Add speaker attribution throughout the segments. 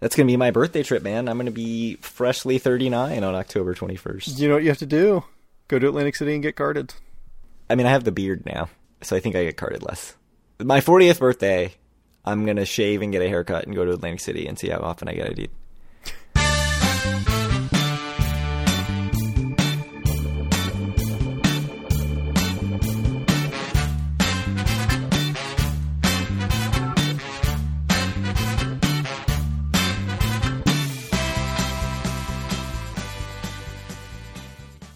Speaker 1: That's gonna be my birthday trip, man. I'm gonna be freshly 39 on October 21st.
Speaker 2: You know what you have to do? Go to Atlantic City and get carded.
Speaker 1: I mean, I have the beard now, so I think I get carded less. My 40th birthday, I'm gonna shave and get a haircut and go to Atlantic City and see how often I get ID'd.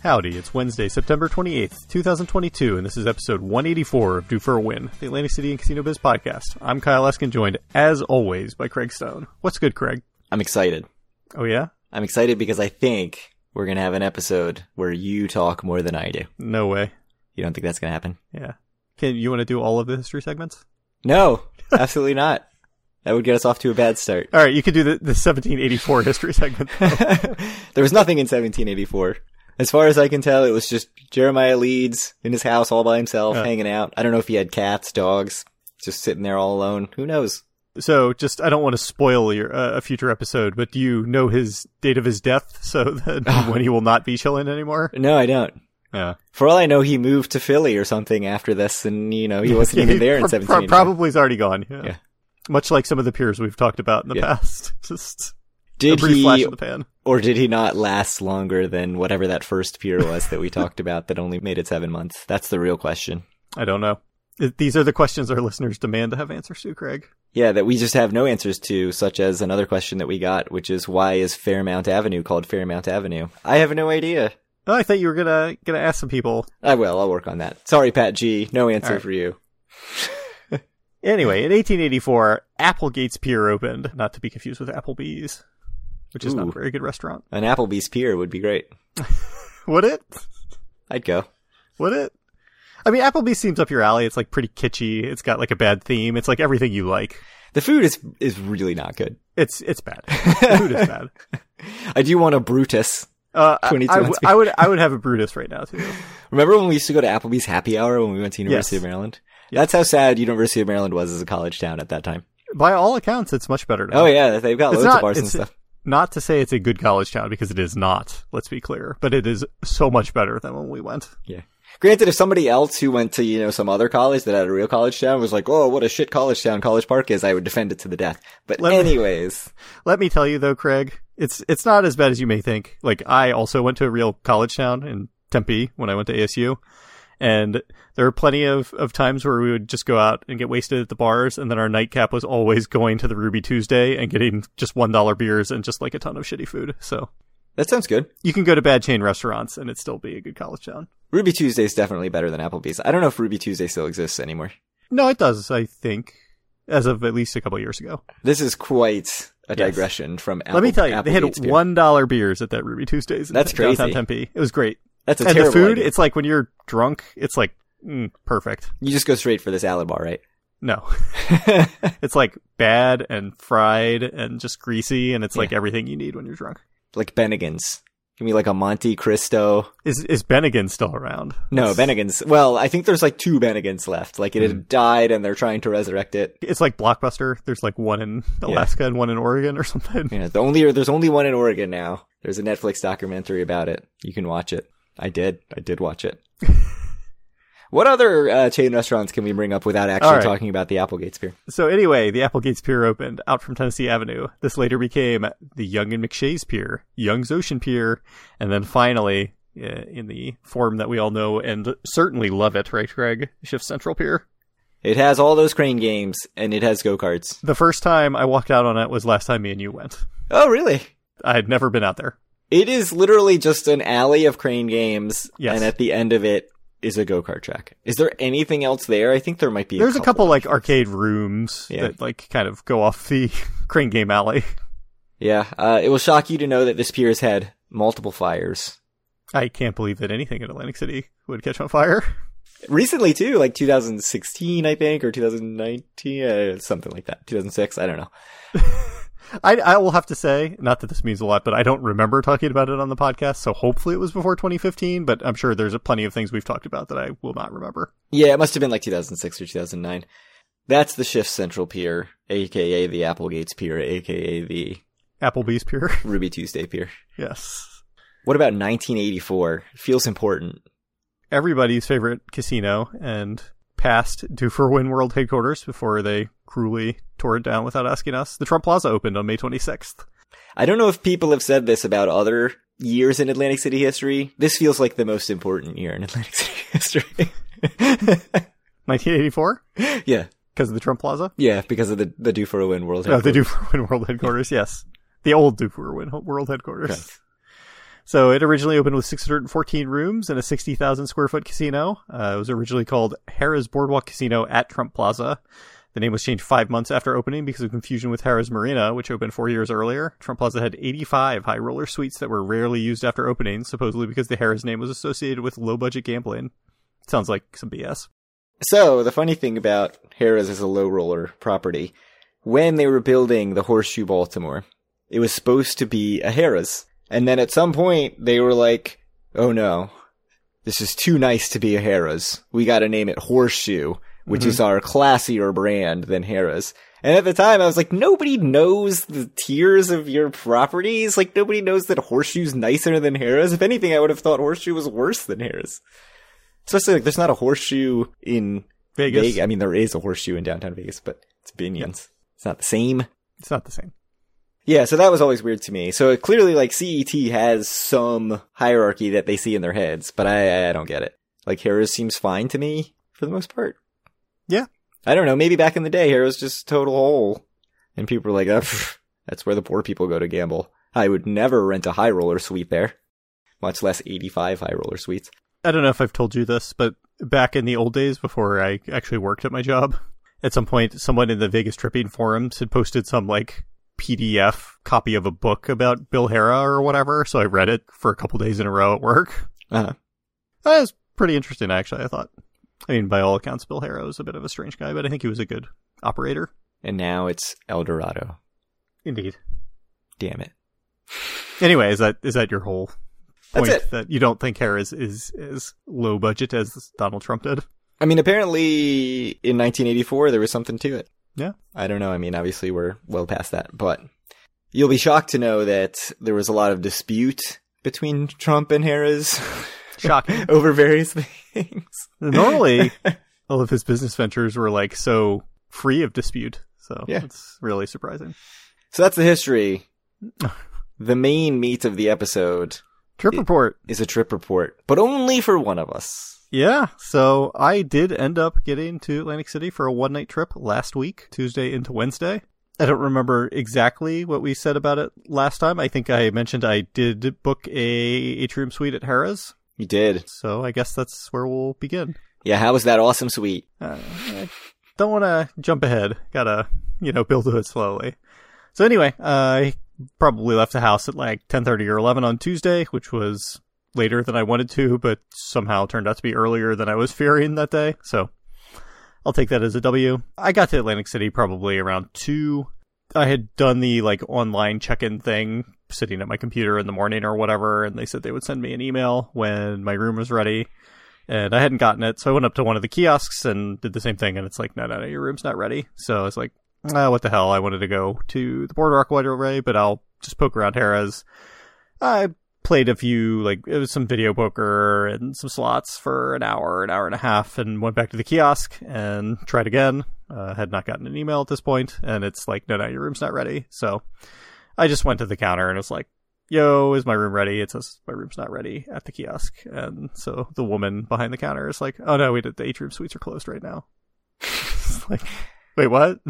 Speaker 3: Howdy, it's Wednesday, September 28th, 2022, and this is episode 184 of Do For a Win, the Atlantic City and Casino Biz podcast. I'm Kyle Eskin, joined, as always, by Craig Stone. What's good, Craig?
Speaker 1: I'm excited.
Speaker 3: Oh, yeah?
Speaker 1: I'm excited because I think we're gonna have an episode where you talk more than I do.
Speaker 3: No way.
Speaker 1: You don't think that's gonna happen?
Speaker 3: Yeah. Can you want to do all of the history segments?
Speaker 1: No, absolutely not. That would get us off to a bad start.
Speaker 3: All right, you could do the, the 1784 history segment.
Speaker 1: there was nothing in 1784. As far as I can tell, it was just Jeremiah Leeds in his house all by himself,
Speaker 3: Yeah.
Speaker 1: hanging out. I don't know if he had cats, dogs, just sitting there all alone. Who knows?
Speaker 3: so, just I don't want to spoil your uh, a future episode, but do you know his date of his death, so that when he will not be chilling anymore?
Speaker 1: No, I don't.
Speaker 3: Yeah,
Speaker 1: For all I know, he moved to Philly or something after this, and you know he wasn't even there in
Speaker 3: Pro- pro-
Speaker 1: seventeen.
Speaker 3: Probably is already gone. Yeah.
Speaker 1: Yeah.
Speaker 3: Much like some of the peers we've talked about in the
Speaker 1: Yeah.
Speaker 3: past. Just a
Speaker 1: did
Speaker 3: brief flash
Speaker 1: he
Speaker 3: of the pan.
Speaker 1: or did he not last longer than whatever that first pier was that we talked about that only made it seven months? That's the real question.
Speaker 3: I don't know. Th- These are the questions our listeners demand to have answers to, Craig.
Speaker 1: Yeah, that we just have no answers to, such as another question that we got, which is why is Fairmount Avenue called Fairmount Avenue? I have no idea.
Speaker 3: Oh, I thought you were gonna gonna ask some people.
Speaker 1: I will. I'll work on that. Sorry, Pat G. No answer
Speaker 3: All right.
Speaker 1: for you.
Speaker 3: Anyway, in 1884, Applegate's Pier opened, not to be confused with Applebee's, which is not
Speaker 1: Ooh.
Speaker 3: a very good restaurant.
Speaker 1: An Applebee's pier would be great.
Speaker 3: Would it?
Speaker 1: I'd go.
Speaker 3: Would it? I mean, Applebee's seems up your alley. It's like pretty kitschy. It's got like a bad theme. It's like everything you like.
Speaker 1: The food is is really not good.
Speaker 3: It's it's bad. The food is bad.
Speaker 1: I do want a Brutus.
Speaker 3: Uh, I-
Speaker 1: 22
Speaker 3: I,
Speaker 1: ounce
Speaker 3: w- I would I would have a Brutus right now too.
Speaker 1: Remember when we used to go to Applebee's Happy Hour when we went to University
Speaker 3: Yes.
Speaker 1: of Maryland? That's how sad University of Maryland was as a college town at that time.
Speaker 3: By all accounts, it's much better now.
Speaker 1: Oh yeah, they've got
Speaker 3: It's
Speaker 1: loads
Speaker 3: not-
Speaker 1: of bars and
Speaker 3: it's-
Speaker 1: stuff.
Speaker 3: Not to say it's a good college town because it is not. Let's be clear, but it is so much better than when we went.
Speaker 1: Yeah. Granted, if somebody else who went to you know some other college that had a real college town was like, "Oh, what a shit college town College Park is," I would defend it to the death. But
Speaker 3: Let me-
Speaker 1: anyways,
Speaker 3: Let me tell you though, Craig, it's it's not as bad as you may think. Like I also went to a real college town in Tempe when I went to ASU. And there were plenty of, of times where we would just go out and get wasted at the bars, and then our nightcap was always going to the Ruby Tuesday and getting just one dollar beers and just like a ton of shitty food. So
Speaker 1: that sounds good.
Speaker 3: you can go to bad chain restaurants and it still be a good college town.
Speaker 1: Ruby Tuesday is definitely better than Applebee's. I don't know if Ruby Tuesday still exists anymore.
Speaker 3: No, it does. I think, as of at least a couple years ago.
Speaker 1: This is quite a
Speaker 3: Yes.
Speaker 1: digression from. Apple,
Speaker 3: Let me tell you, they had
Speaker 1: Applebee's beer.
Speaker 3: one dollar beers at that Ruby Tuesdays. In
Speaker 1: That's
Speaker 3: downtown
Speaker 1: crazy.
Speaker 3: Tempe. It was great.
Speaker 1: That's a
Speaker 3: and the
Speaker 1: terrible
Speaker 3: food,
Speaker 1: idea.
Speaker 3: it's like when you're drunk, it's like mm, perfect.
Speaker 1: You just go straight for this salad bar, right?
Speaker 3: No, it's like bad and fried and just greasy, and it's like everything you need when you're drunk.
Speaker 1: like Bennigan's. Give me like a Monte Cristo.
Speaker 3: Is is Bennigan still around?
Speaker 1: No,
Speaker 3: it's,
Speaker 1: Bennigan's. Well, I think there's like two Bennigan's left. Like it
Speaker 3: Hmm.
Speaker 1: had died and they're trying to resurrect it.
Speaker 3: It's like Blockbuster. There's like one in Alaska and one in Oregon or something.
Speaker 1: You know, the only there's only one in Oregon now. There's a Netflix documentary about it. You can watch it. I did. I did watch it. what other uh, chain restaurants can we bring up without actually
Speaker 3: All right.
Speaker 1: talking about the Applegate beer?
Speaker 3: So anyway, the Applegate's Pier opened out from Tennessee Avenue. This later became the Young and McShay's Pier, Young's Ocean Pier, and then finally, uh, in the form that we all know and certainly love it, right, Greg? Shift Central Pier.
Speaker 1: It has all those crane games and it has go karts.
Speaker 3: The first time I walked out on it was last time me and you went.
Speaker 1: Oh, really?
Speaker 3: I had never been out there.
Speaker 1: It is literally just an alley of crane games,
Speaker 3: Yes.
Speaker 1: and at the end of it is a go kart track. Is there anything else there? I think there might be.
Speaker 3: There's a couple like arcade rooms
Speaker 1: Yeah.
Speaker 3: that like kind of go off the crane game alley.
Speaker 1: Yeah, uh, it will shock you to know that this pier has had multiple fires
Speaker 3: I can't believe that anything in Atlantic City would catch on fire.
Speaker 1: recently too, like 2016, I think, or 2019, uh, something like that. 2006, I don't know.
Speaker 3: I, I will have to say, not that this means a lot, but I don't remember talking about it on the podcast, so hopefully it was before 2015, but I'm sure there's a plenty of things we've talked about that I will not remember.
Speaker 1: Yeah, it must have been like 2006 or 2009. That's the Shift Central Pier, aka the Applegate's Pier, aka the
Speaker 3: Applebee's beer.
Speaker 1: Ruby Tuesday beer.
Speaker 3: yes.
Speaker 1: What about 1984? Feels important.
Speaker 3: Everybody's favorite casino and passed to for Win World headquarters before they cruelly tore it down without asking us. The Trump Plaza opened on May 26th.
Speaker 1: I don't know if people have said this about other years in Atlantic City history. This feels like the most important year in Atlantic City history.
Speaker 3: 1984?
Speaker 1: yeah.
Speaker 3: Because of the Trump Plaza?
Speaker 1: Yeah, because of the, the Do For A Win World
Speaker 3: No, the
Speaker 1: Headquarters.
Speaker 3: Dufour World Headquarters, yes. The old Dufour Win World Headquarters.
Speaker 1: Correct.
Speaker 3: So it originally opened with 614 rooms and a 60,000 square foot casino. Uh, it was originally called Harrah's Boardwalk Casino at Trump Plaza. The name was changed five months after opening because of confusion with Harrah's Marina, which opened four years earlier. Trump Plaza had 85 high roller suites that were rarely used after opening, supposedly because the Harrah's name was associated with low budget gambling. Sounds like some BS.
Speaker 1: So, the funny thing about Harrah's as a low roller property, when they were building the Horseshoe Baltimore, it was supposed to be a Harrah's. And then at some point, they were like, oh no, this is too nice to be a Harrah's. We gotta name it Horseshoe, which is our classier brand than Harrah's. And at the time, I was like, nobody knows the tiers of your properties. Like, nobody knows that Horseshoe's nicer than Harrah's. If anything, I would have thought Horseshoe was worse than Harrah's. Especially, like, there's not a Horseshoe in
Speaker 3: Vegas.
Speaker 1: Vegas. I mean, there is a horseshoe in downtown Vegas, but it's Binion's. It's not the same.
Speaker 3: It's not the same.
Speaker 1: Yeah, so that was always weird to me. So it clearly, like, CET has some hierarchy that they see in their heads, but I, I don't get it. Like, Harrah's seems fine to me for the most part.
Speaker 3: Yeah.
Speaker 1: I don't know. Maybe back in the day, Harrah's just total hole. And people were like, oh, pff, that's where the poor people go to gamble. I would never rent a high roller suite there, much less 85 high roller suites.
Speaker 3: I don't know if I've told you this, but back in the old days before I actually worked at my job, at some point someone in the Vegas tripping forums had posted some like PDF copy of a book about Bill Hara or whatever, so I read it for a couple days in a row at work.
Speaker 1: Uh,
Speaker 3: That was pretty interesting actually, I thought. I mean, by all accounts Bill Hara was a bit of a strange guy, but I think he was a good operator.
Speaker 1: and now it's El Dorado.
Speaker 3: Indeed.
Speaker 1: Damn it.
Speaker 3: Anyway, is that is that your whole
Speaker 1: That's
Speaker 3: point
Speaker 1: it.
Speaker 3: that you don't think Hara is, is as low budget as Donald Trump did?
Speaker 1: I mean, apparently in 1984 there was something to it.
Speaker 3: Yeah.
Speaker 1: I don't know. I mean, obviously we're well past that, but you'll be shocked to know that there was a lot of dispute between Trump and Harris
Speaker 3: Shocking.
Speaker 1: over various things.
Speaker 3: Normally, all of his business ventures were like so free of dispute. So
Speaker 1: Yeah.
Speaker 3: it's really surprising.
Speaker 1: So that's the history. The main meat of the episode
Speaker 3: Trip report.
Speaker 1: is a trip report, but only for one of us.
Speaker 3: Yeah. So I did end up getting to Atlantic City for a one night trip last week, Tuesday into Wednesday. I don't remember exactly what we said about it last time. I think I mentioned I did book a atrium suite at Harrah's.
Speaker 1: You did.
Speaker 3: So I guess that's where we'll begin.
Speaker 1: Yeah, how was that awesome suite?
Speaker 3: Uh, I don't want to jump ahead. Gotta, you know, build to it slowly. So anyway, uh, I probably left the house at like 10:30 or 11 on Tuesday, which was later than I wanted to, but somehow turned out to be earlier than I was fearing that day. So I'll take that as a W. I got to Atlantic City probably around 2. I had done the like online check-in thing sitting at my computer in the morning or whatever, and they said they would send me an email when my room was ready and I hadn't gotten it, so I went up to one of the kiosks and did the same thing, and it's like, no, no, no, your room's not ready. So I was like, ah, what the hell? I wanted to go to the Boardwalk Wide Array, but I'll just poke around Harrah's. I played a few, like, it was some video poker and some slots for an hour, an hour and a half, and went back to the kiosk and tried again. Uh, had not gotten an email at this point, and it's like, no, no, your room's not ready. So I just went to the counter and was like, yo, is my room ready? It says my room's not ready at the kiosk. And so the woman behind the counter is like, oh no, we did the atrium suites are closed right now. It's like, wait, what?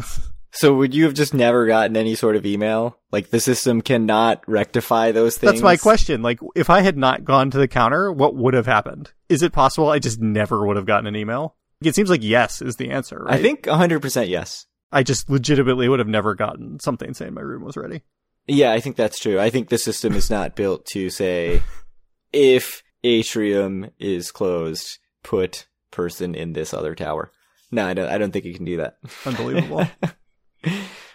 Speaker 1: So would you have just never gotten any sort of email? Like the system cannot rectify those things?
Speaker 3: That's my question. Like, if I had not gone to the counter, what would have happened? Is it possible I just never would have gotten an email? It seems like yes is the answer, right?
Speaker 1: I think 100% yes.
Speaker 3: I just legitimately would have never gotten something saying my room was ready.
Speaker 1: Yeah, I think that's true. I think the system is not built to say if atrium is closed, put person in this other tower. No, I don't. I don't think you can do that.
Speaker 3: Unbelievable.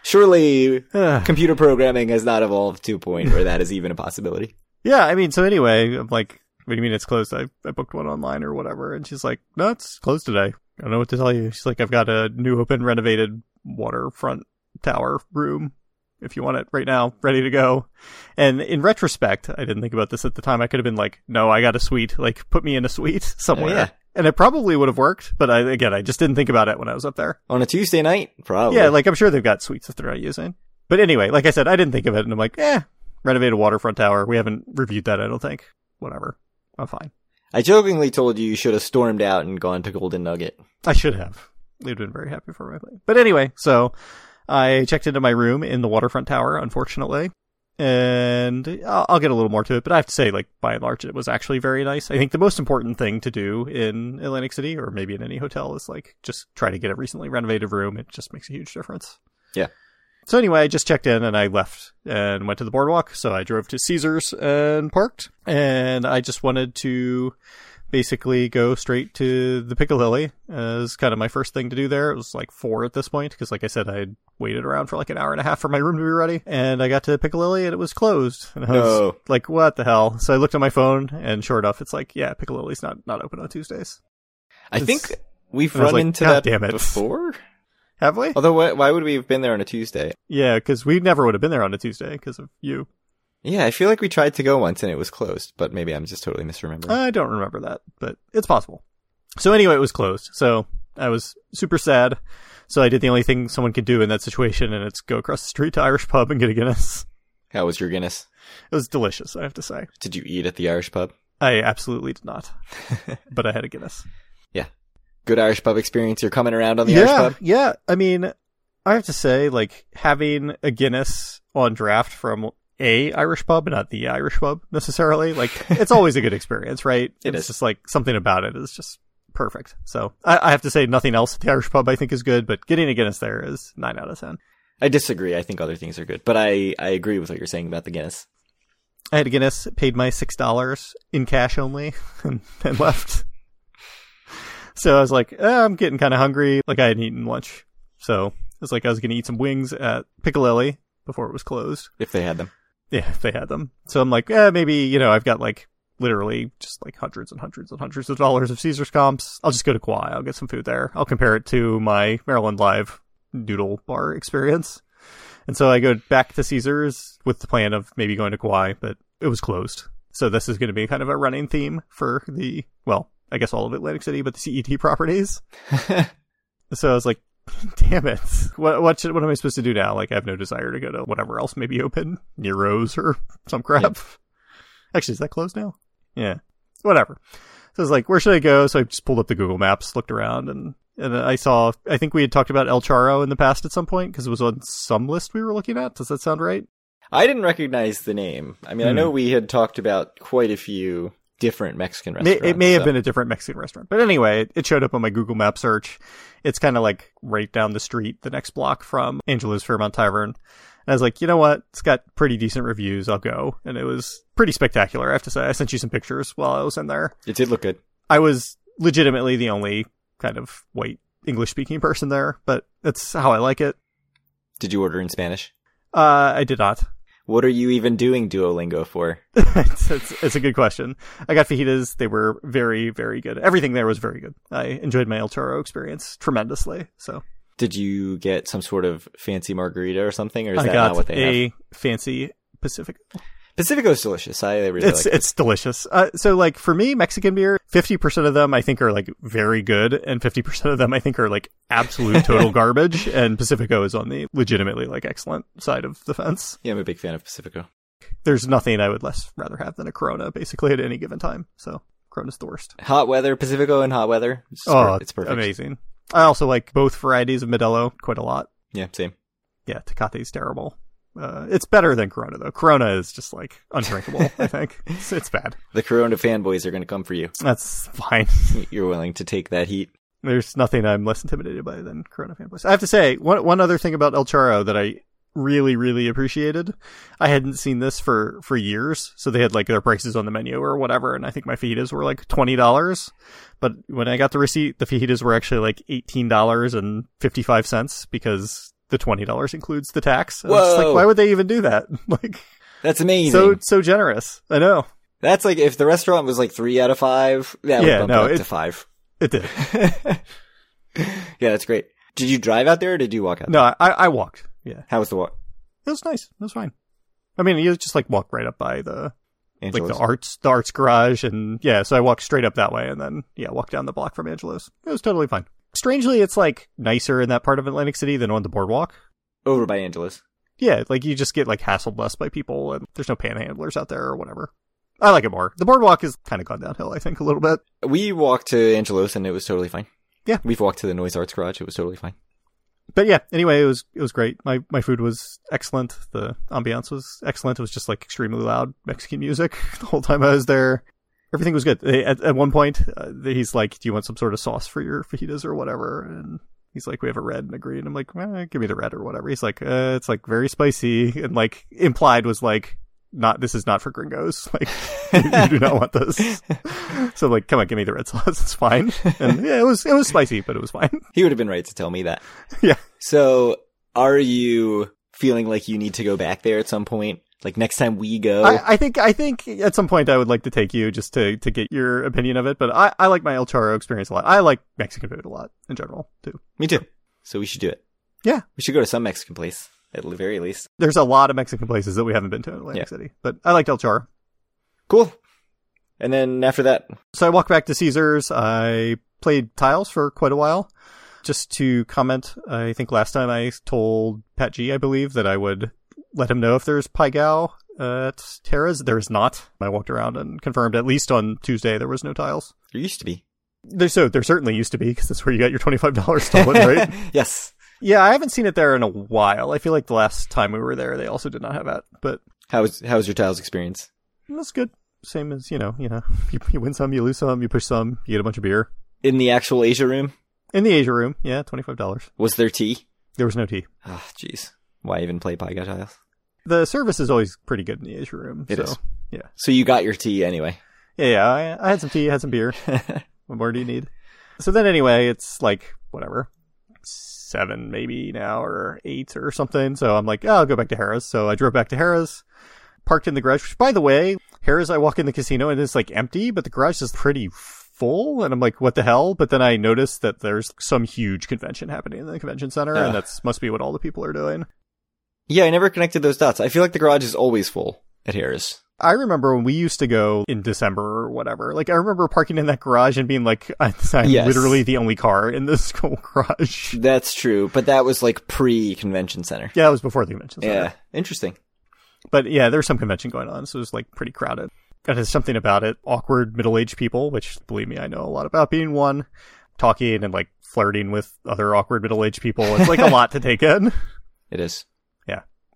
Speaker 1: Surely,
Speaker 3: Ugh.
Speaker 1: computer programming has not evolved to a point where that is even a possibility.
Speaker 3: Yeah, I mean, so anyway, I'm like, what do you mean it's closed? I, I booked one online or whatever. And she's like, no, it's closed today. I don't know what to tell you. She's like, I've got a new open renovated waterfront tower room if you want it right now, ready to go. And in retrospect, I didn't think about this at the time. I could have been like, no, I got a suite. Like, put me in a suite somewhere.
Speaker 1: Oh, yeah.
Speaker 3: And it probably would have worked, but I, again, I just didn't think about it when I was up there.
Speaker 1: On a Tuesday night, probably.
Speaker 3: Yeah, like I'm sure they've got suites that they're not using. But anyway, like I said, I didn't think of it, and I'm like, eh, renovated waterfront tower. We haven't reviewed that, I don't think. Whatever, I'm fine.
Speaker 1: I jokingly told you you should have stormed out and gone to Golden Nugget.
Speaker 3: I should have. They'd been very happy for my play. But anyway, so I checked into my room in the waterfront tower, unfortunately. And I'll, I'll get a little more to it, but I have to say, like, by and large, it was actually very nice. I think the most important thing to do in Atlantic City, or maybe in any hotel, is like just try to get a recently renovated room. It just makes a huge difference.
Speaker 1: Yeah.
Speaker 3: So anyway, I just checked in and I left and went to the boardwalk. So I drove to Caesars and parked. And I just wanted to basically go straight to the Piccadilly as kind of my first thing to do there. It was like four at this point because, like I said, I had waited around for like an hour and a half for my room to be ready, and I got to Piccadilly and it was closed. And I was
Speaker 1: No.
Speaker 3: like, "What the hell?" So I looked at my phone, and sure enough, it's like, "Yeah, Piccadilly's not not open on Tuesdays."
Speaker 1: I
Speaker 3: It's-
Speaker 1: think we've
Speaker 3: I was
Speaker 1: run
Speaker 3: like,
Speaker 1: into
Speaker 3: "God
Speaker 1: that
Speaker 3: damn it."
Speaker 1: before.
Speaker 3: Have we?
Speaker 1: Although, why, why would we have been there on a Tuesday?
Speaker 3: Yeah, because we never would have been there on a Tuesday because of you.
Speaker 1: Yeah, I feel like we tried to go once and it was closed, but maybe I'm just totally misremembering.
Speaker 3: I don't remember that, but it's possible. So anyway, it was closed. So I was super sad. So I did the only thing someone could do in that situation, and it's go across the street to Irish pub and get a Guinness.
Speaker 1: How was your Guinness?
Speaker 3: It was delicious, I have to say.
Speaker 1: Did you eat at the Irish pub?
Speaker 3: I absolutely did not, but I had a Guinness.
Speaker 1: Good Irish pub experience. You're coming around on the Irish
Speaker 3: yeah,
Speaker 1: pub.
Speaker 3: yeah. I mean, I have to say, like having a Guinness on draft from a Irish pub, not the Irish pub necessarily. Like it's always a good experience, right?
Speaker 1: It
Speaker 3: it's
Speaker 1: is.
Speaker 3: just like something about it is just perfect. So I, I have to say, nothing else at the Irish pub I think is good, but getting a Guinness there is nine out of ten.
Speaker 1: I disagree. I think other things are good, but I, I agree with what you're saying about the Guinness.
Speaker 3: I had a Guinness, paid my six dollars in cash only, and, and left. So I was like, eh, I'm getting kind of hungry. Like I hadn't eaten lunch, so it was like I was going to eat some wings at Piccalilli before it was closed.
Speaker 1: If they had them.
Speaker 3: Yeah, if they had them. So I'm like, eh, maybe you know I've got like literally just like hundreds and hundreds and hundreds of dollars of Caesar's comps. I'll just go to Kauai. I'll get some food there. I'll compare it to my Maryland Live noodle bar experience. And so I go back to Caesar's with the plan of maybe going to Kauai, but it was closed. So this is going to be kind of a running theme for the well, I guess all of Atlantic City, but the CET properties. So I was like, damn it. What what should, what am I supposed to do now? Like I have no desire to go to whatever else may be open, Nero's or some crap. Actually, is that closed now? Yeah. Whatever. So I was like, where should I go? So I just pulled up the Google Maps, looked around and and I saw I think we had talked about El Charo in the past at some point because it was on some list we were looking at. Does that sound right?
Speaker 1: I didn't recognize the name. I mean, I
Speaker 3: Hmm.
Speaker 1: know we had talked about quite a few different Mexican
Speaker 3: May,
Speaker 1: restaurants.
Speaker 3: it may have
Speaker 1: so-
Speaker 3: been a different Mexican restaurant. But anyway, it- it showed up on my Google Map search. It's kind of like right down the street, the next block from Angela's Fairmont Tavern. And I was like, you know what? It's got pretty decent reviews. I'll go. And it was pretty spectacular, I have to say. I sent you some pictures while I was in there.
Speaker 1: It did look good.
Speaker 3: I was legitimately the only kind of white English speaking person there, but that's how I like it.
Speaker 1: Did you order in Spanish?
Speaker 3: Uh, I did not.
Speaker 1: What are you even doing Duolingo for?
Speaker 3: it's, it's, it's a good question. I got fajitas. They were very, very good. Everything there was very good. I enjoyed my El Toro experience tremendously. So
Speaker 1: Did you get some sort of fancy margarita or something, or is
Speaker 3: I
Speaker 1: that
Speaker 3: got
Speaker 1: not what they have?
Speaker 3: a fancy Pacific.
Speaker 1: Pacifico is delicious. I really
Speaker 3: It's
Speaker 1: like it.
Speaker 3: it's delicious. Uh, so like for me, Mexican beer, fifty percent of them I think are like very good, and fifty percent of them I think are like absolute total garbage. And Pacifico is on the legitimately like excellent side of the fence.
Speaker 1: Yeah, I'm a big fan of Pacifico.
Speaker 3: There's nothing I would less rather have than a Corona basically at any given time. So Corona's the worst.
Speaker 1: Hot weather, Pacifico, and hot weather. It's, per- it's perfect.
Speaker 3: Oh, Amazing. I also like both varieties of Modelo quite a lot.
Speaker 1: Yeah, same.
Speaker 3: Yeah, Tecate's terrible. Uh, it's better than Corona though. Corona is just like undrinkable. I think it's, it's bad.
Speaker 1: The Corona fanboys are going to come for you.
Speaker 3: That's fine.
Speaker 1: You're willing to take that heat.
Speaker 3: There's nothing I'm less intimidated by than Corona fanboys. I have to say one one other thing about El Charo that I really really appreciated. I hadn't seen this for for years, so they had like their prices on the menu or whatever, and I think my fajitas were like twenty dollars. But when I got the receipt, the fajitas were actually like eighteen dollars and fifty five cents because the twenty dollars includes the tax. I was just
Speaker 1: Whoa.
Speaker 3: like, why would they even do that? Like
Speaker 1: That's amazing.
Speaker 3: so so generous. I know
Speaker 1: That's like if the restaurant was like three out of five, that
Speaker 3: Yeah,
Speaker 1: would bump
Speaker 3: no,
Speaker 1: it up
Speaker 3: it-
Speaker 1: to five.
Speaker 3: it did.
Speaker 1: yeah, that's great. Did you drive out there or did you walk out?
Speaker 3: No, I I walked. Yeah,
Speaker 1: How was the walk?
Speaker 3: it It was nice. It was fine. I mean, you just like walk right up by the like
Speaker 1: Angelo's.
Speaker 3: the arts the arts garage and yeah so i walked straight up that way and then yeah walked down the block from angelo's it was totally fine strangely it's like nicer in that part of atlantic city than on the boardwalk
Speaker 1: Over by Angelo's.
Speaker 3: yeah like you just get like hassled less by people and there's no panhandlers out there or whatever i like it more the boardwalk has kind of gone downhill i think a little bit
Speaker 1: We walked to Angelo's and it was totally fine.
Speaker 3: Yeah.
Speaker 1: We've walked to the Noise Arts Garage. It was totally fine.
Speaker 3: but yeah anyway it was it was great my my food was excellent the ambiance was excellent it was just like extremely loud mexican music the whole time i was there everything was good They- at, at one point uh, he's like do you want some sort of sauce for your fajitas or whatever and he's like we have a red and a green i'm like "Eh, give me the red or whatever he's like uh, it's like very spicy and like implied was like not this is not for gringos like you, you do not want this so I'm like come on give me the red sauce it's fine and yeah it was it was spicy but it was fine
Speaker 1: He would have been right to tell me that.
Speaker 3: Yeah.
Speaker 1: So are you feeling like you need to go back there at some point? Like next time we go?
Speaker 3: I, I think I think at some point I would like to take you just to, to get your opinion of it, but I, I like my El Charo experience a lot. I like Mexican food a lot in general too.
Speaker 1: me too. So we should do it.
Speaker 3: Yeah.
Speaker 1: We should go to some Mexican place, at the very least.
Speaker 3: There's a lot of Mexican places that we haven't been to in Atlantic
Speaker 1: Yeah.
Speaker 3: City, but I liked El Charo.
Speaker 1: Cool. And then after that,
Speaker 3: So I walked back to Caesars. I played tiles for quite a while. Just to comment, I think last time I told Pat G, I believe, that I would let him know if there's Pygao at Terra's. There is not. I walked around and confirmed at least on Tuesday there was no tiles.
Speaker 1: there used to be.
Speaker 3: There, so there certainly used to be because that's where you got your twenty five dollars stolen, Oh, right?
Speaker 1: yes.
Speaker 3: yeah, I haven't seen it there in a while. I feel like the last time we were there, they also did not have that, but
Speaker 1: How was, how was your tiles experience?
Speaker 3: that's good. Same as you know, you know, you, you win some, you lose some, you push some, you get a bunch of beer
Speaker 1: In the actual Asia room,
Speaker 3: in the Asia room. Yeah, twenty five dollars.
Speaker 1: was there tea?
Speaker 3: There was no tea.
Speaker 1: Ah, jeez. Why even play Paiga tiles?
Speaker 3: The service is always pretty good in the Asia room.
Speaker 1: It
Speaker 3: so.
Speaker 1: is.
Speaker 3: yeah.
Speaker 1: So you got your tea anyway.
Speaker 3: Yeah, yeah. I, I had some tea, had some beer. what more do you need? So then, anyway, it's like whatever, seven maybe now or eight or something. So I'm like, oh, I'll go back to Harrah's. So I drove back to Harrah's, parked in the garage. Which, by the way, Harrah's, I walk in the casino and it's like empty, but the garage is pretty full. And I'm like, what the hell? But then I noticed that there's some huge convention happening in the convention center,
Speaker 1: Ugh.
Speaker 3: and that's must be what all the people are doing.
Speaker 1: Yeah, I never connected those dots. I feel like the garage is always full at Harris.
Speaker 3: I remember when we used to go in December or whatever. Like I remember parking in that garage and being like, I'm
Speaker 1: Yes.
Speaker 3: literally the only car in this whole garage.
Speaker 1: That's true, but that was like pre convention center.
Speaker 3: Yeah, it was before the convention. center.
Speaker 1: Yeah, interesting.
Speaker 3: But yeah, there's some convention going on, so it was like pretty crowded. And there's something about it, awkward middle aged people, which believe me, I know a lot about being one, talking and like flirting with other awkward middle aged people. It's like a lot to take in.
Speaker 1: It is.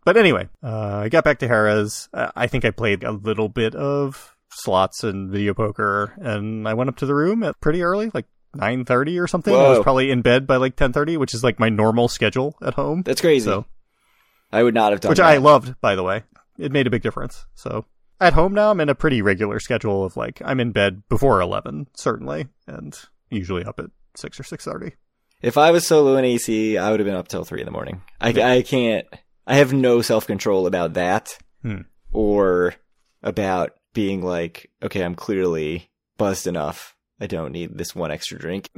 Speaker 3: But anyway, uh, I got back to Harrah's. I I think I played a little bit of slots and video poker, and I went up to the room at pretty early, like nine thirty or something. I was
Speaker 1: Whoa.
Speaker 3: probably in bed by like ten thirty, which is like my normal schedule at home,
Speaker 1: That's crazy.
Speaker 3: So-
Speaker 1: I would not have done
Speaker 3: which
Speaker 1: that.
Speaker 3: I loved, by the way. It made a big difference. So at home now, I'm in a pretty regular schedule of like I'm in bed before eleven, certainly, and usually up at six or six thirty.
Speaker 1: if I was solo in AC, I would have been up till three in the morning. I, I can't. I have no self control about that,
Speaker 3: Hmm.
Speaker 1: or about being like, okay, I'm clearly buzzed enough. I don't need this one extra drink.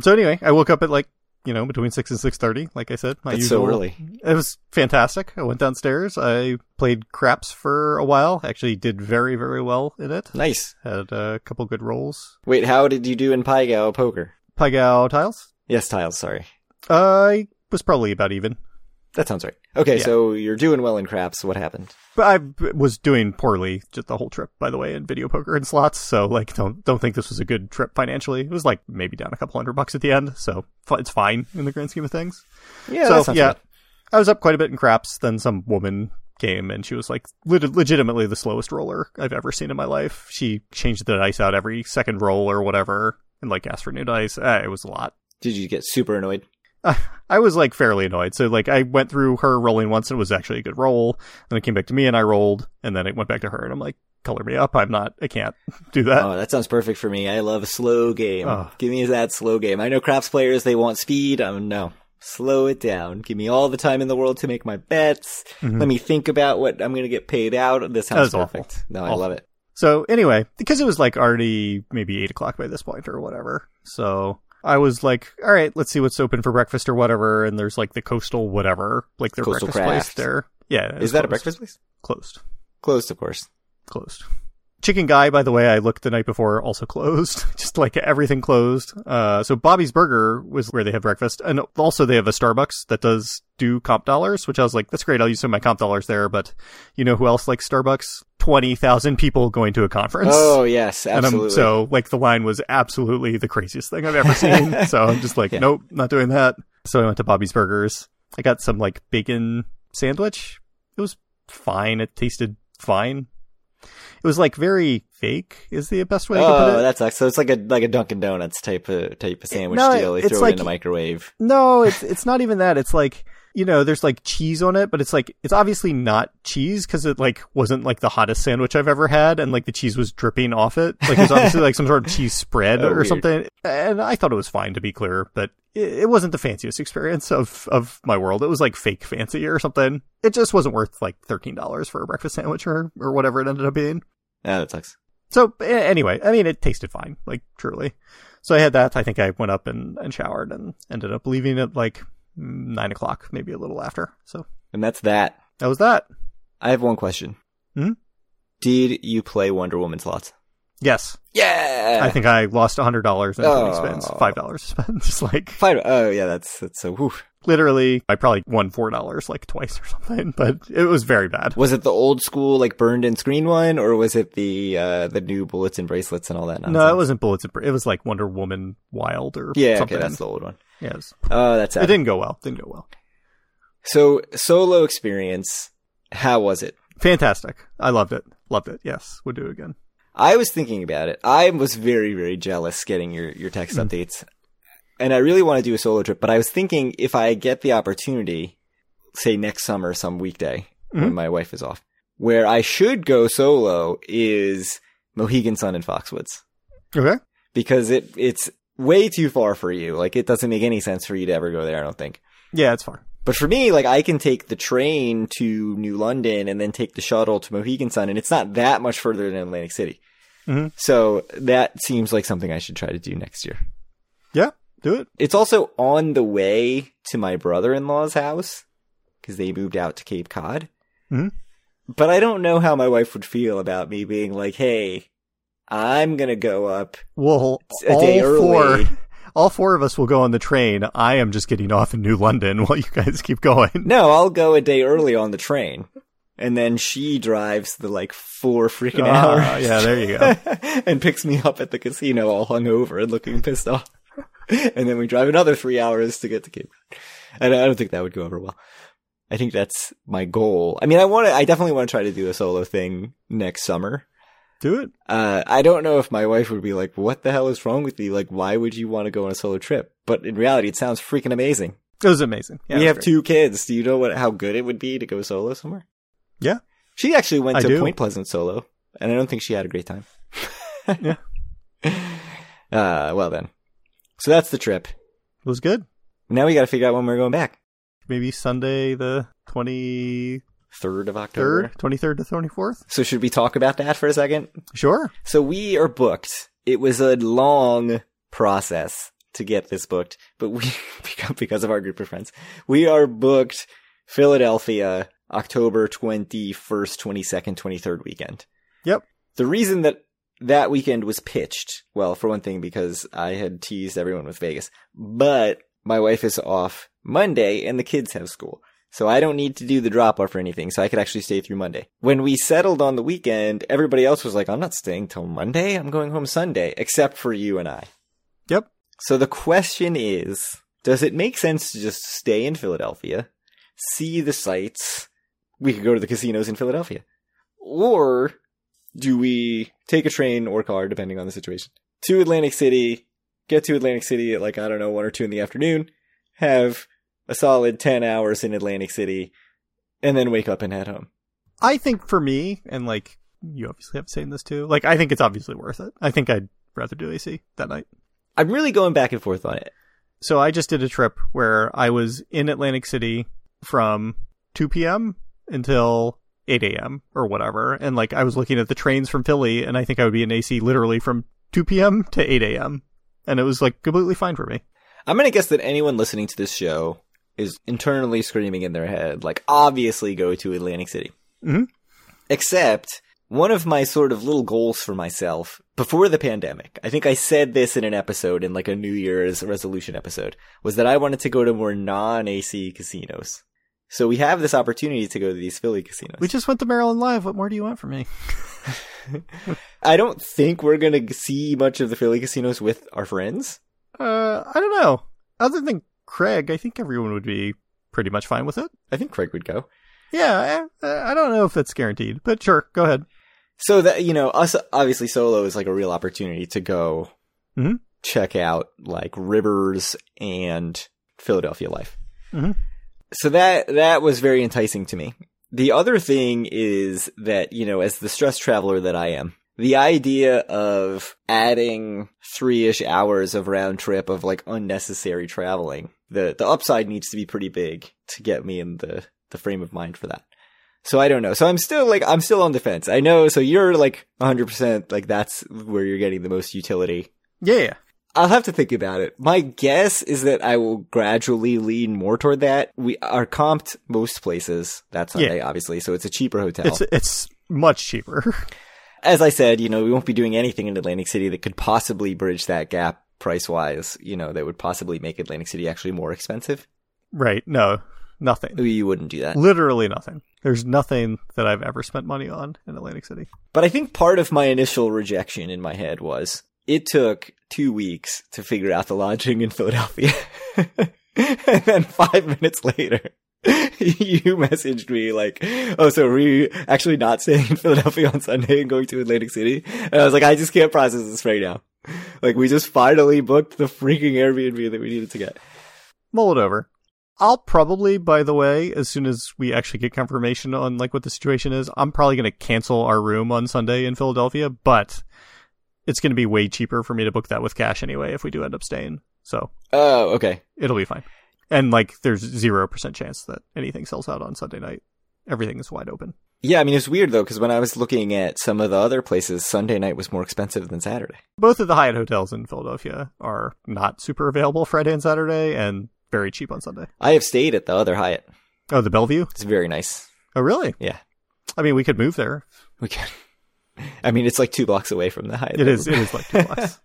Speaker 3: So anyway, I woke up at like you know between six and six thirty, like I said, my
Speaker 1: That's
Speaker 3: usual
Speaker 1: so early.
Speaker 3: It was fantastic. I went downstairs. I played craps for a while. Actually, did very very well in it.
Speaker 1: Nice.
Speaker 3: Had a couple good rolls.
Speaker 1: Wait, how did you do in Paigao poker?
Speaker 3: Pygao tiles.
Speaker 1: Yes, tiles. Sorry,
Speaker 3: I was probably about even,
Speaker 1: that sounds right. Okay,
Speaker 3: Yeah.
Speaker 1: so you're doing well in craps. What happened?
Speaker 3: but I b- was doing poorly just the whole trip. By the way, in video poker and slots. So like, don't don't think this was a good trip financially. It was like maybe down a couple hundred bucks at the end. So fi- it's fine in the grand scheme of things.
Speaker 1: Yeah,
Speaker 3: so
Speaker 1: that sounds
Speaker 3: yeah,
Speaker 1: right.
Speaker 3: I was up quite a bit in craps. Then some woman came and she was like lit legitimately the slowest roller I've ever seen in my life. She changed the dice out every second roll or whatever, and like asked for new dice. Uh, it was a lot.
Speaker 1: Did you get super annoyed?
Speaker 3: I was like fairly annoyed. So like I went through her rolling once and it was actually a good roll. Then it came back to me and I rolled, and then it went back to her and I'm like, color me up. I'm not. I can't do that.
Speaker 1: oh, that sounds perfect for me. I love a slow game.
Speaker 3: Uh, Oh.
Speaker 1: Give me that slow game. I know craps players they want speed. Um, no, slow it down. Give me all the time in the world to make my bets.
Speaker 3: Mm-hmm.
Speaker 1: Let me think about what I'm going to get paid out. This sounds
Speaker 3: Hmm. That was awful.
Speaker 1: perfect. No, I
Speaker 3: Awful.
Speaker 1: love it.
Speaker 3: So anyway, because it was like already maybe eight o'clock by this point or whatever, so I was like, all right, let's see what's open for breakfast or whatever. And there's like the coastal whatever, like their
Speaker 1: Coastal
Speaker 3: breakfast place
Speaker 1: Craft.
Speaker 3: there. Yeah.
Speaker 1: Is
Speaker 3: it's
Speaker 1: that a
Speaker 3: closed.
Speaker 1: breakfast place?
Speaker 3: Closed.
Speaker 1: Closed, of course.
Speaker 3: Closed. Chicken Guy, by the way, I looked the night before, also closed. Just like everything closed. Uh, so Bobby's Burger was where they have breakfast. And also they have a Starbucks that does do comp dollars, which I was like, that's great. I'll use some of my comp dollars there. But you know who else likes Starbucks? 20,000 people going to a conference.
Speaker 1: Oh yes,
Speaker 3: And
Speaker 1: absolutely.
Speaker 3: I'm, so like the line was absolutely the craziest thing I've ever seen. so I'm just like,
Speaker 1: Yeah.
Speaker 3: nope, not doing that. So I went to Bobby's Burgers. I got some like bacon sandwich. It was fine. It tasted fine. It was like very fake is the best way I could
Speaker 1: oh,
Speaker 3: put it.
Speaker 1: that sucks. So it's like a like a Dunkin' Donuts type of type of sandwich
Speaker 3: no,
Speaker 1: deal. They
Speaker 3: it's
Speaker 1: throw it
Speaker 3: like-
Speaker 1: in a microwave.
Speaker 3: No, it's it's not even that. It's like you know, there's like cheese on it, but it's like it's obviously not cheese because it like wasn't like the hottest sandwich I've ever had, and like the cheese was dripping off it. Like it was obviously like some sort of cheese spread
Speaker 1: Oh,
Speaker 3: or
Speaker 1: weird.
Speaker 3: something. And I thought it was fine to be clear, but it, it wasn't the fanciest experience of of my world. It was like fake fancy or something. It just wasn't worth like thirteen dollars for a breakfast sandwich or or whatever it ended up being.
Speaker 1: Ah, that sucks.
Speaker 3: So a- anyway, I mean, it tasted fine, like truly. So I had that. I think I went up and, and showered and ended up leaving at like nine o'clock, maybe a little after. So
Speaker 1: And that's that.
Speaker 3: that was that.
Speaker 1: I have one question.
Speaker 3: Hmm?
Speaker 1: Did you play Wonder Woman's lots?
Speaker 3: Yes,
Speaker 1: Yeah.
Speaker 3: I think I lost a hundred dollars and
Speaker 1: Oh.
Speaker 3: twenty cents, five dollars spent. Just like
Speaker 1: Five. Oh yeah, that's that's so. Whew.
Speaker 3: literally, I probably won four dollars like twice or something, but it was very bad.
Speaker 1: Was it the old school like burned in screen one, or was it the uh the new bullets and bracelets and all that nonsense?
Speaker 3: No, it wasn't bullets. and Bra- It was like Wonder Woman Wild or
Speaker 1: Yeah,
Speaker 3: something.
Speaker 1: okay, that's the old one.
Speaker 3: Yeah, it, was-
Speaker 1: Oh, that's
Speaker 3: it
Speaker 1: it.
Speaker 3: didn't go well. Didn't go well.
Speaker 1: So solo experience. How was it?
Speaker 3: Fantastic. I loved it. Loved it. Yes, would do it again.
Speaker 1: I was thinking about it. I was very, very jealous getting your, your text updates. And I really want to do a solo trip, but I was thinking if I get the opportunity, say next summer, some weekday when
Speaker 3: Mhm.
Speaker 1: my wife is off, where I should go solo is Mohegan Sun and Foxwoods
Speaker 3: Okay.
Speaker 1: because it, it's way too far for you. Like it doesn't make any sense for you to ever go there, I don't think.
Speaker 3: Yeah, it's fine.
Speaker 1: But for me, like I can take the train to New London and then take the shuttle to Mohegan Sun, and it's not that much further than Atlantic City.
Speaker 3: Mhm.
Speaker 1: So that seems like something I should try to do next year.
Speaker 3: Yeah, do it.
Speaker 1: It's also on the way to my brother-in-law's house because they moved out to Cape Cod.
Speaker 3: Mhm.
Speaker 1: But I don't know how my wife would feel about me being like, "Hey, I'm gonna go up
Speaker 3: Well,
Speaker 1: a
Speaker 3: all
Speaker 1: day
Speaker 3: four,
Speaker 1: early."
Speaker 3: all four of us will go on the train. I am just getting off in New London while you guys keep going.
Speaker 1: No, I'll go a day early on the train. And then she drives the like four freaking
Speaker 3: Ah,
Speaker 1: hours.
Speaker 3: yeah, there you go.
Speaker 1: and picks me up at the casino all hungover and looking pissed off. and then we drive another three hours to get to Cape Cod. And I don't think that would go over well. I think that's my goal. I mean, I want to, I definitely want to try to do a solo thing next summer.
Speaker 3: Do it.
Speaker 1: Uh, I don't know if my wife would be like, what the hell is wrong with you? Like, why would you want to go on a solo trip? But in reality, it sounds freaking amazing
Speaker 3: It was amazing. Yeah,
Speaker 1: we
Speaker 3: it
Speaker 1: have
Speaker 3: was great.
Speaker 1: two kids. Do you know what how good it would be to go solo somewhere?
Speaker 3: Yeah.
Speaker 1: She actually went
Speaker 3: I
Speaker 1: to
Speaker 3: do.
Speaker 1: Point Pleasant solo, and I don't think she had a great time.
Speaker 3: Yeah.
Speaker 1: Uh, well then. So that's the trip.
Speaker 3: It was good.
Speaker 1: Now we got to figure out when we're going back.
Speaker 3: Maybe Sunday the twenty
Speaker 1: Third of October.
Speaker 3: third, twenty third to twenty fourth.
Speaker 1: So should we talk about that for a second?
Speaker 3: Sure.
Speaker 1: So we are booked. It was a long process to get this booked, but we, because of our group of friends, we are booked Philadelphia, October 21st, 22nd, 23rd weekend.
Speaker 3: Yep.
Speaker 1: The reason that that weekend was pitched, well, for one thing, because I had teased everyone with Vegas, but my wife is off Monday and the kids have school. So I don't need to do the drop off or anything. So I could actually stay through Monday. When we settled on the weekend, everybody else was like, I'm not staying till Monday. I'm going home Sunday, except for you and I.
Speaker 3: Yep.
Speaker 1: So the question is, does it make sense to just stay in Philadelphia, see the sights? We could go to the casinos in Philadelphia. Or do we take a train or car, depending on the situation, to Atlantic City, get to Atlantic City at like, I don't know, one or two in the afternoon, have a solid 10 hours in Atlantic City, and then wake up and head home.
Speaker 3: I think for me, and like you obviously have seen this too. Like I think it's obviously worth it. I think I'd rather do AC that night.
Speaker 1: I'm really going back and forth on it.
Speaker 3: So I just did a trip where I was in Atlantic City from 2 p.m. until 8 a.m. or whatever. And like I was looking at the trains from Philly, and I think I would be in AC literally from 2 p.m. to 8 a.m. and it was like completely fine for me.
Speaker 1: I'm gonna guess that anyone listening to this show is internally screaming in their head, like, obviously go to Atlantic City.
Speaker 3: Mhm.
Speaker 1: Except one of my sort of little goals for myself before the pandemic, I think I said this in an episode in like a New Year's resolution episode, was that I wanted to go to more non AC casinos. So we have this opportunity to go to these Philly casinos.
Speaker 3: We just went to Maryland Live. What more do you want from me?
Speaker 1: I don't think we're gonna see much of the Philly casinos with our friends.
Speaker 3: Uh, I don't know. Other than Craig, I think everyone would be pretty much fine with it.
Speaker 1: I think Craig would go.
Speaker 3: Yeah, I, I don't know if it's guaranteed, but sure, go ahead.
Speaker 1: So that you know, us obviously solo is like a real opportunity to go
Speaker 3: Mhm.
Speaker 1: check out like rivers and Philadelphia life.
Speaker 3: Mhm.
Speaker 1: So that that was very enticing to me. The other thing is that you know, as the stress traveler that I am, the idea of adding three ish hours of round trip of like unnecessary traveling, the the upside needs to be pretty big to get me in the the frame of mind for that. So I don't know. So I'm still like I'm still on the fence. I know. So you're like 100 percent like that's where you're getting the most utility.
Speaker 3: Yeah, yeah.
Speaker 1: I'll have to think about it. My guess is that I will gradually lean more toward that. We are comped most places that Sunday, obviously, so it's a cheaper hotel.
Speaker 3: it's it's much cheaper.
Speaker 1: As I said, you know, we won't be doing anything in Atlantic City that could possibly bridge that gap price wise. You know, that would possibly make Atlantic City actually more expensive.
Speaker 3: right? No, nothing.
Speaker 1: You wouldn't do that.
Speaker 3: Literally nothing. There's nothing that I've ever spent money on in Atlantic City.
Speaker 1: But I think part of my initial rejection in my head was it took two weeks to figure out the lodging in Philadelphia. and then five minutes later, you messaged me like, oh, so are we actually not staying in Philadelphia on Sunday and going to Atlantic City? And I was like, I just can't process this right now. Like, we just finally booked the freaking Airbnb that we needed to get.
Speaker 3: Mull it over. I'll probably, by the way, as soon as we actually get confirmation on like what the situation is, I'm probably going to cancel our room on Sunday in Philadelphia. But it's going to be way cheaper for me to book that with cash anyway if we do end up staying. So
Speaker 1: Oh, okay.
Speaker 3: it'll be fine. And like, there's zero percent chance that anything sells out on Sunday night. Everything is wide open.
Speaker 1: Yeah, I mean, it's weird though, because when I was looking at some of the other places, Sunday night was more expensive than Saturday.
Speaker 3: both of the Hyatt hotels in Philadelphia are not super available Friday and Saturday and very cheap on Sunday.
Speaker 1: I have stayed at the other Hyatt.
Speaker 3: Oh, the Bellevue?
Speaker 1: It's very nice.
Speaker 3: Oh, really?
Speaker 1: Yeah,
Speaker 3: I mean, we could move there.
Speaker 1: we can. I mean, it's like two blocks away from the Hyatt.
Speaker 3: It is it is like two blocks.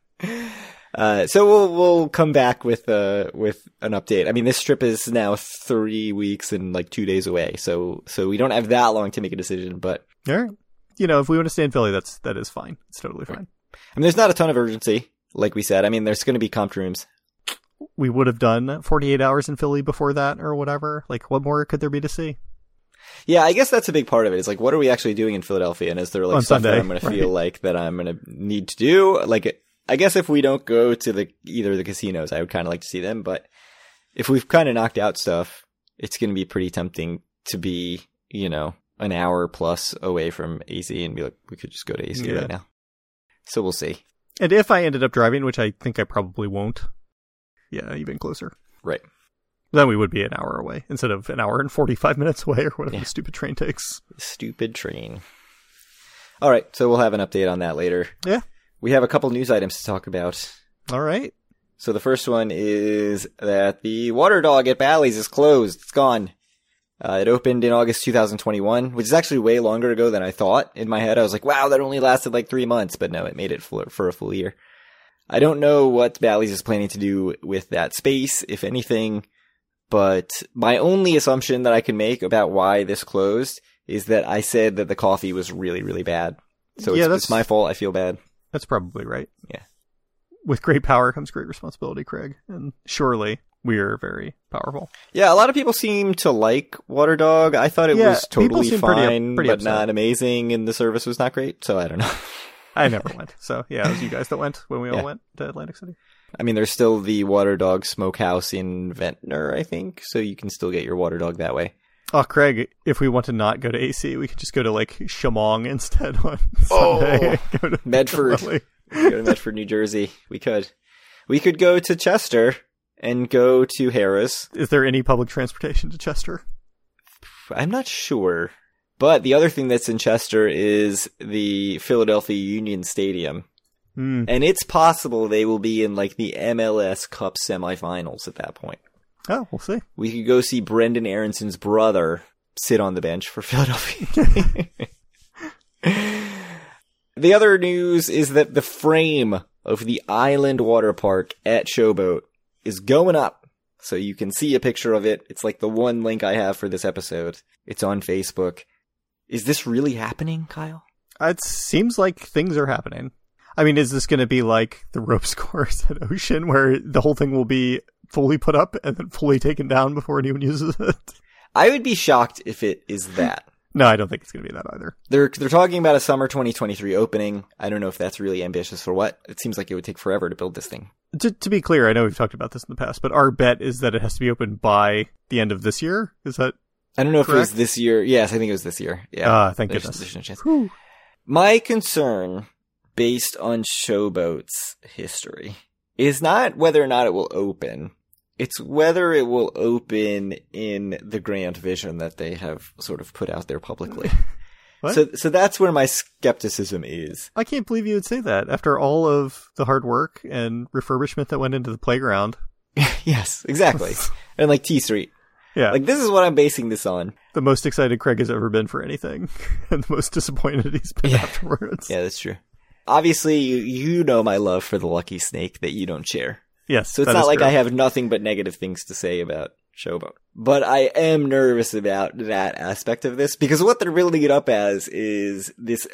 Speaker 1: Uh, so we'll we'll come back with uh with an update. I mean, this trip is now three weeks and like two days away, so so we don't have that long to make a decision. But
Speaker 3: All right. You know, if we want to stay in Philly, that's that is fine. It's totally fine.
Speaker 1: I mean, there's not a ton of urgency, like we said. I mean, there's going to be comped rooms.
Speaker 3: We would have done 48 hours in Philly before that or whatever. Like, what more could there be to see?
Speaker 1: Yeah, I guess that's a big part of it. Is like, what are we actually doing in Philadelphia? And is there like
Speaker 3: On
Speaker 1: stuff that
Speaker 3: Sunday,
Speaker 1: I'm going to feel like that I'm going to need to do? Like, I guess if we don't go to the either of the casinos, I would kind of like to see them. But if we've kind of knocked out stuff, it's going to be pretty tempting to be, you know, an hour plus away from AC and be like, we could just go to AC
Speaker 3: Yeah.
Speaker 1: right now. So we'll see.
Speaker 3: And if I ended up driving, which I think I probably won't, yeah, even closer.
Speaker 1: Right.
Speaker 3: Then we would be an hour away instead of an hour and 45 minutes away or whatever
Speaker 1: Yeah.
Speaker 3: the stupid train takes.
Speaker 1: Stupid train. All right, so we'll have an update on that later.
Speaker 3: Yeah.
Speaker 1: We have a couple news items to talk about.
Speaker 3: All right.
Speaker 1: So the first one is that the water dog at Bally's is closed. It's gone. Uh, it opened in August 2021, which is actually way longer ago than I thought. In my head, I was like, wow, that only lasted like three months, but no, it made it for, for a full year. I don't know what Bally's is planning to do with that space, if anything, but my only assumption that I can make about why this closed is that I said that the coffee was really, really bad. So
Speaker 3: Yeah,
Speaker 1: it's,
Speaker 3: that's-
Speaker 1: it's my fault. I feel bad.
Speaker 3: That's probably right.
Speaker 1: Yeah.
Speaker 3: With great power comes great responsibility, Craig. And surely we are very powerful.
Speaker 1: Yeah, a lot of people seem to like Water Dog. I thought it
Speaker 3: Yeah,
Speaker 1: was
Speaker 3: people
Speaker 1: totally
Speaker 3: seem
Speaker 1: fine,
Speaker 3: pretty up- pretty
Speaker 1: but
Speaker 3: upset.
Speaker 1: not amazing, and the service was not great. So I don't know.
Speaker 3: I never went. So, yeah, it was you guys that went when we
Speaker 1: Yeah.
Speaker 3: all went to Atlantic City.
Speaker 1: I mean, there's still the Water Dog Smokehouse in Ventnor, I think, so you can still get your Water Dog that way.
Speaker 3: Oh, Craig, if we want to not go to AC, we could just go to like Shamong instead on
Speaker 1: Oh.
Speaker 3: Sunday. Go to
Speaker 1: Medford.
Speaker 3: Philly.
Speaker 1: go to Medford, New Jersey. We could, we could go to Chester and go to Harris.
Speaker 3: Is there any public transportation to Chester?
Speaker 1: I'm not sure, but the other thing that's in Chester is the Philadelphia Union Stadium,
Speaker 3: Mm.
Speaker 1: And it's possible they will be in like the MLS Cup semifinals at that point.
Speaker 3: Oh, we'll see.
Speaker 1: We could go see Brendan Aaronson's brother sit on the bench for Philadelphia. the other news is that the frame of the Island Water Park at Showboat is going up. So you can see a picture of it. It's like the one link I have for this episode. It's on Facebook. Is this really happening, Kyle?
Speaker 3: Uh, It seems like things are happening. I mean, is this going to be like the ropes course at Ocean, where the whole thing will be fully put up and then fully taken down before anyone uses it?
Speaker 1: I would be shocked if it is that.
Speaker 3: No, I don't think it's going to be that either.
Speaker 1: They're they're talking about a summer 2023 opening. I don't know if that's really ambitious or what. It seems like it would take forever to build this thing.
Speaker 3: To, to be clear, I know we've talked about this in the past, but our bet is that it has to be open by the end of this year. Is that?
Speaker 1: I don't know if it was
Speaker 3: Correct.
Speaker 1: this year. Yes, I think it was this year. Yeah.
Speaker 3: Ah, thank
Speaker 1: There's-
Speaker 3: goodness.
Speaker 1: there's no chance.
Speaker 3: Whew.
Speaker 1: My concern, based on Showboat's history, is not whether or not it will open. It's whether it will open in the grand vision that they have sort of put out there publicly.
Speaker 3: What?
Speaker 1: so, so that's where my skepticism is.
Speaker 3: I can't believe you would say that after all of the hard work and refurbishment that went into the playground.
Speaker 1: yes, exactly. and like T Street,
Speaker 3: Yeah,
Speaker 1: like this is what I'm basing this on.
Speaker 3: the most excited Craig has ever been for anything, and the most disappointed he's been
Speaker 1: Yeah.
Speaker 3: afterwards.
Speaker 1: Yeah, that's true. Obviously, you, you know my love for the lucky snake that you don't share.
Speaker 3: Yes,
Speaker 1: So it's
Speaker 3: that
Speaker 1: not
Speaker 3: is
Speaker 1: like
Speaker 3: true.
Speaker 1: I have nothing but negative things to say about Showboat. But I am nervous about that aspect of this because what they're building it up as is this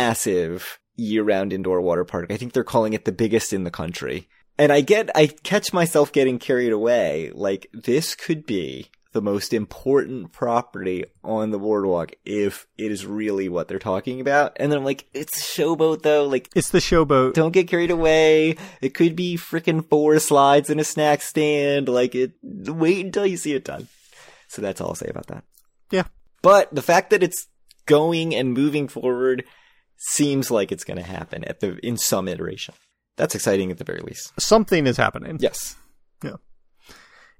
Speaker 1: massive year-round indoor water park. I think they're calling it the biggest in the country. And I get, I catch myself getting carried away. Like this could be the most important property on the boardwalk if it is really what they're talking about. And then I'm like, it's Showboat though. Like
Speaker 3: It's the showboat.
Speaker 1: don't get carried away. It could be freaking four slides and a snack stand. Like it, wait until you see it done. So that's all I'll say about that.
Speaker 3: Yeah.
Speaker 1: But the fact that it's going and moving forward seems like it's going to happen at the, in some iteration. That's exciting at the very least.
Speaker 3: Something is happening.
Speaker 1: Yes.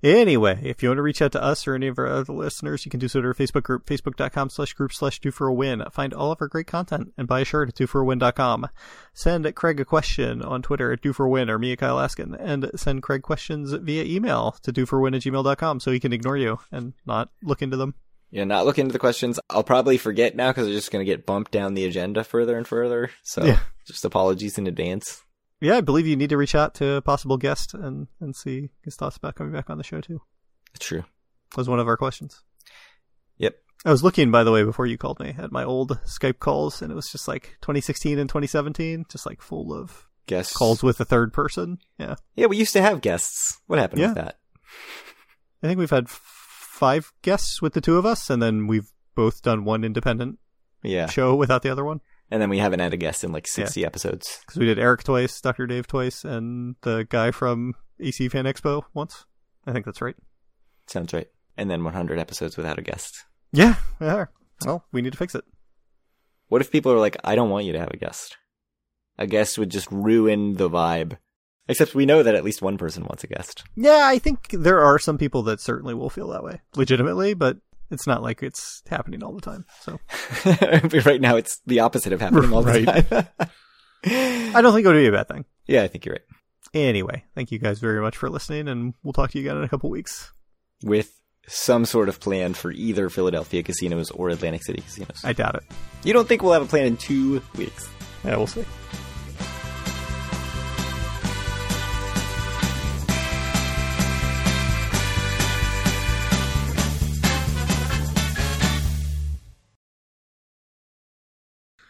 Speaker 3: Anyway, if you want to reach out to us or any of our other listeners, you can do so at our Facebook group, facebook.com slash group slash do for a win. Find all of our great content and buy a shirt at do for a win.com. Send Craig a question on Twitter at do for a win or me at Kyle Askin and send Craig questions via email to do for a win at gmail.com so he can ignore you and not look into them.
Speaker 1: Yeah. Not look into the questions. I'll probably forget now because they're just going to get bumped down the agenda further and further. So
Speaker 3: Yeah.
Speaker 1: just apologies in advance.
Speaker 3: Yeah, I believe you need to reach out to a possible guest and, and see his thoughts about coming back on the show too.
Speaker 1: True.
Speaker 3: was one of our questions.
Speaker 1: Yep.
Speaker 3: I was looking, by the way, before you called me at my old Skype calls, and it was just like 2016 and 2017, just like full of
Speaker 1: Guests.
Speaker 3: calls with a third person. Yeah.
Speaker 1: Yeah. We used to have guests. What happened
Speaker 3: Yeah.
Speaker 1: with that?
Speaker 3: I think we've had f- five guests with the two of us, and then we've both done one independent
Speaker 1: Yeah.
Speaker 3: show without the other one.
Speaker 1: And then we haven't had a guest in like 60 episodes.
Speaker 3: Because we did Eric twice, Dr. Dave twice, and the guy from EC Fan Expo once. I think that's right.
Speaker 1: Sounds right. And then 100 episodes without a guest.
Speaker 3: Yeah. Yeah. Well, we need to fix it.
Speaker 1: What if people are like, I don't want you to have a guest? A guest would just ruin the vibe. Except we know that at least one person wants a guest.
Speaker 3: Yeah, I think there are some people that certainly will feel that way, legitimately, but it's not like it's happening all the time. So
Speaker 1: But right now, it's the opposite of happening all the
Speaker 3: Right.
Speaker 1: time.
Speaker 3: I don't think it would be a bad thing.
Speaker 1: yeah, I think you're right.
Speaker 3: Anyway, thank you guys very much for listening, and we'll talk to you again in a couple weeks.
Speaker 1: With some sort of plan for either Philadelphia casinos or Atlantic City casinos.
Speaker 3: I doubt it.
Speaker 1: you don't think we'll have a plan in two weeks?
Speaker 3: Yeah, we'll see.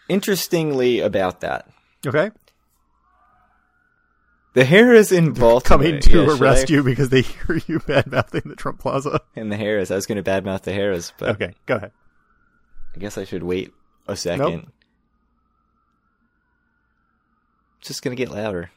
Speaker 1: Interestingly, about that,
Speaker 3: Okay,
Speaker 1: the Harris in Baltimore
Speaker 3: coming to
Speaker 1: Yeah, should I-
Speaker 3: arrest you because they hear you bad mouthing the Trump Plaza.
Speaker 1: And the Harris. I was going to badmouth the Harris, but
Speaker 3: Okay, go ahead.
Speaker 1: I guess I should wait a second. It's just gonna get louder.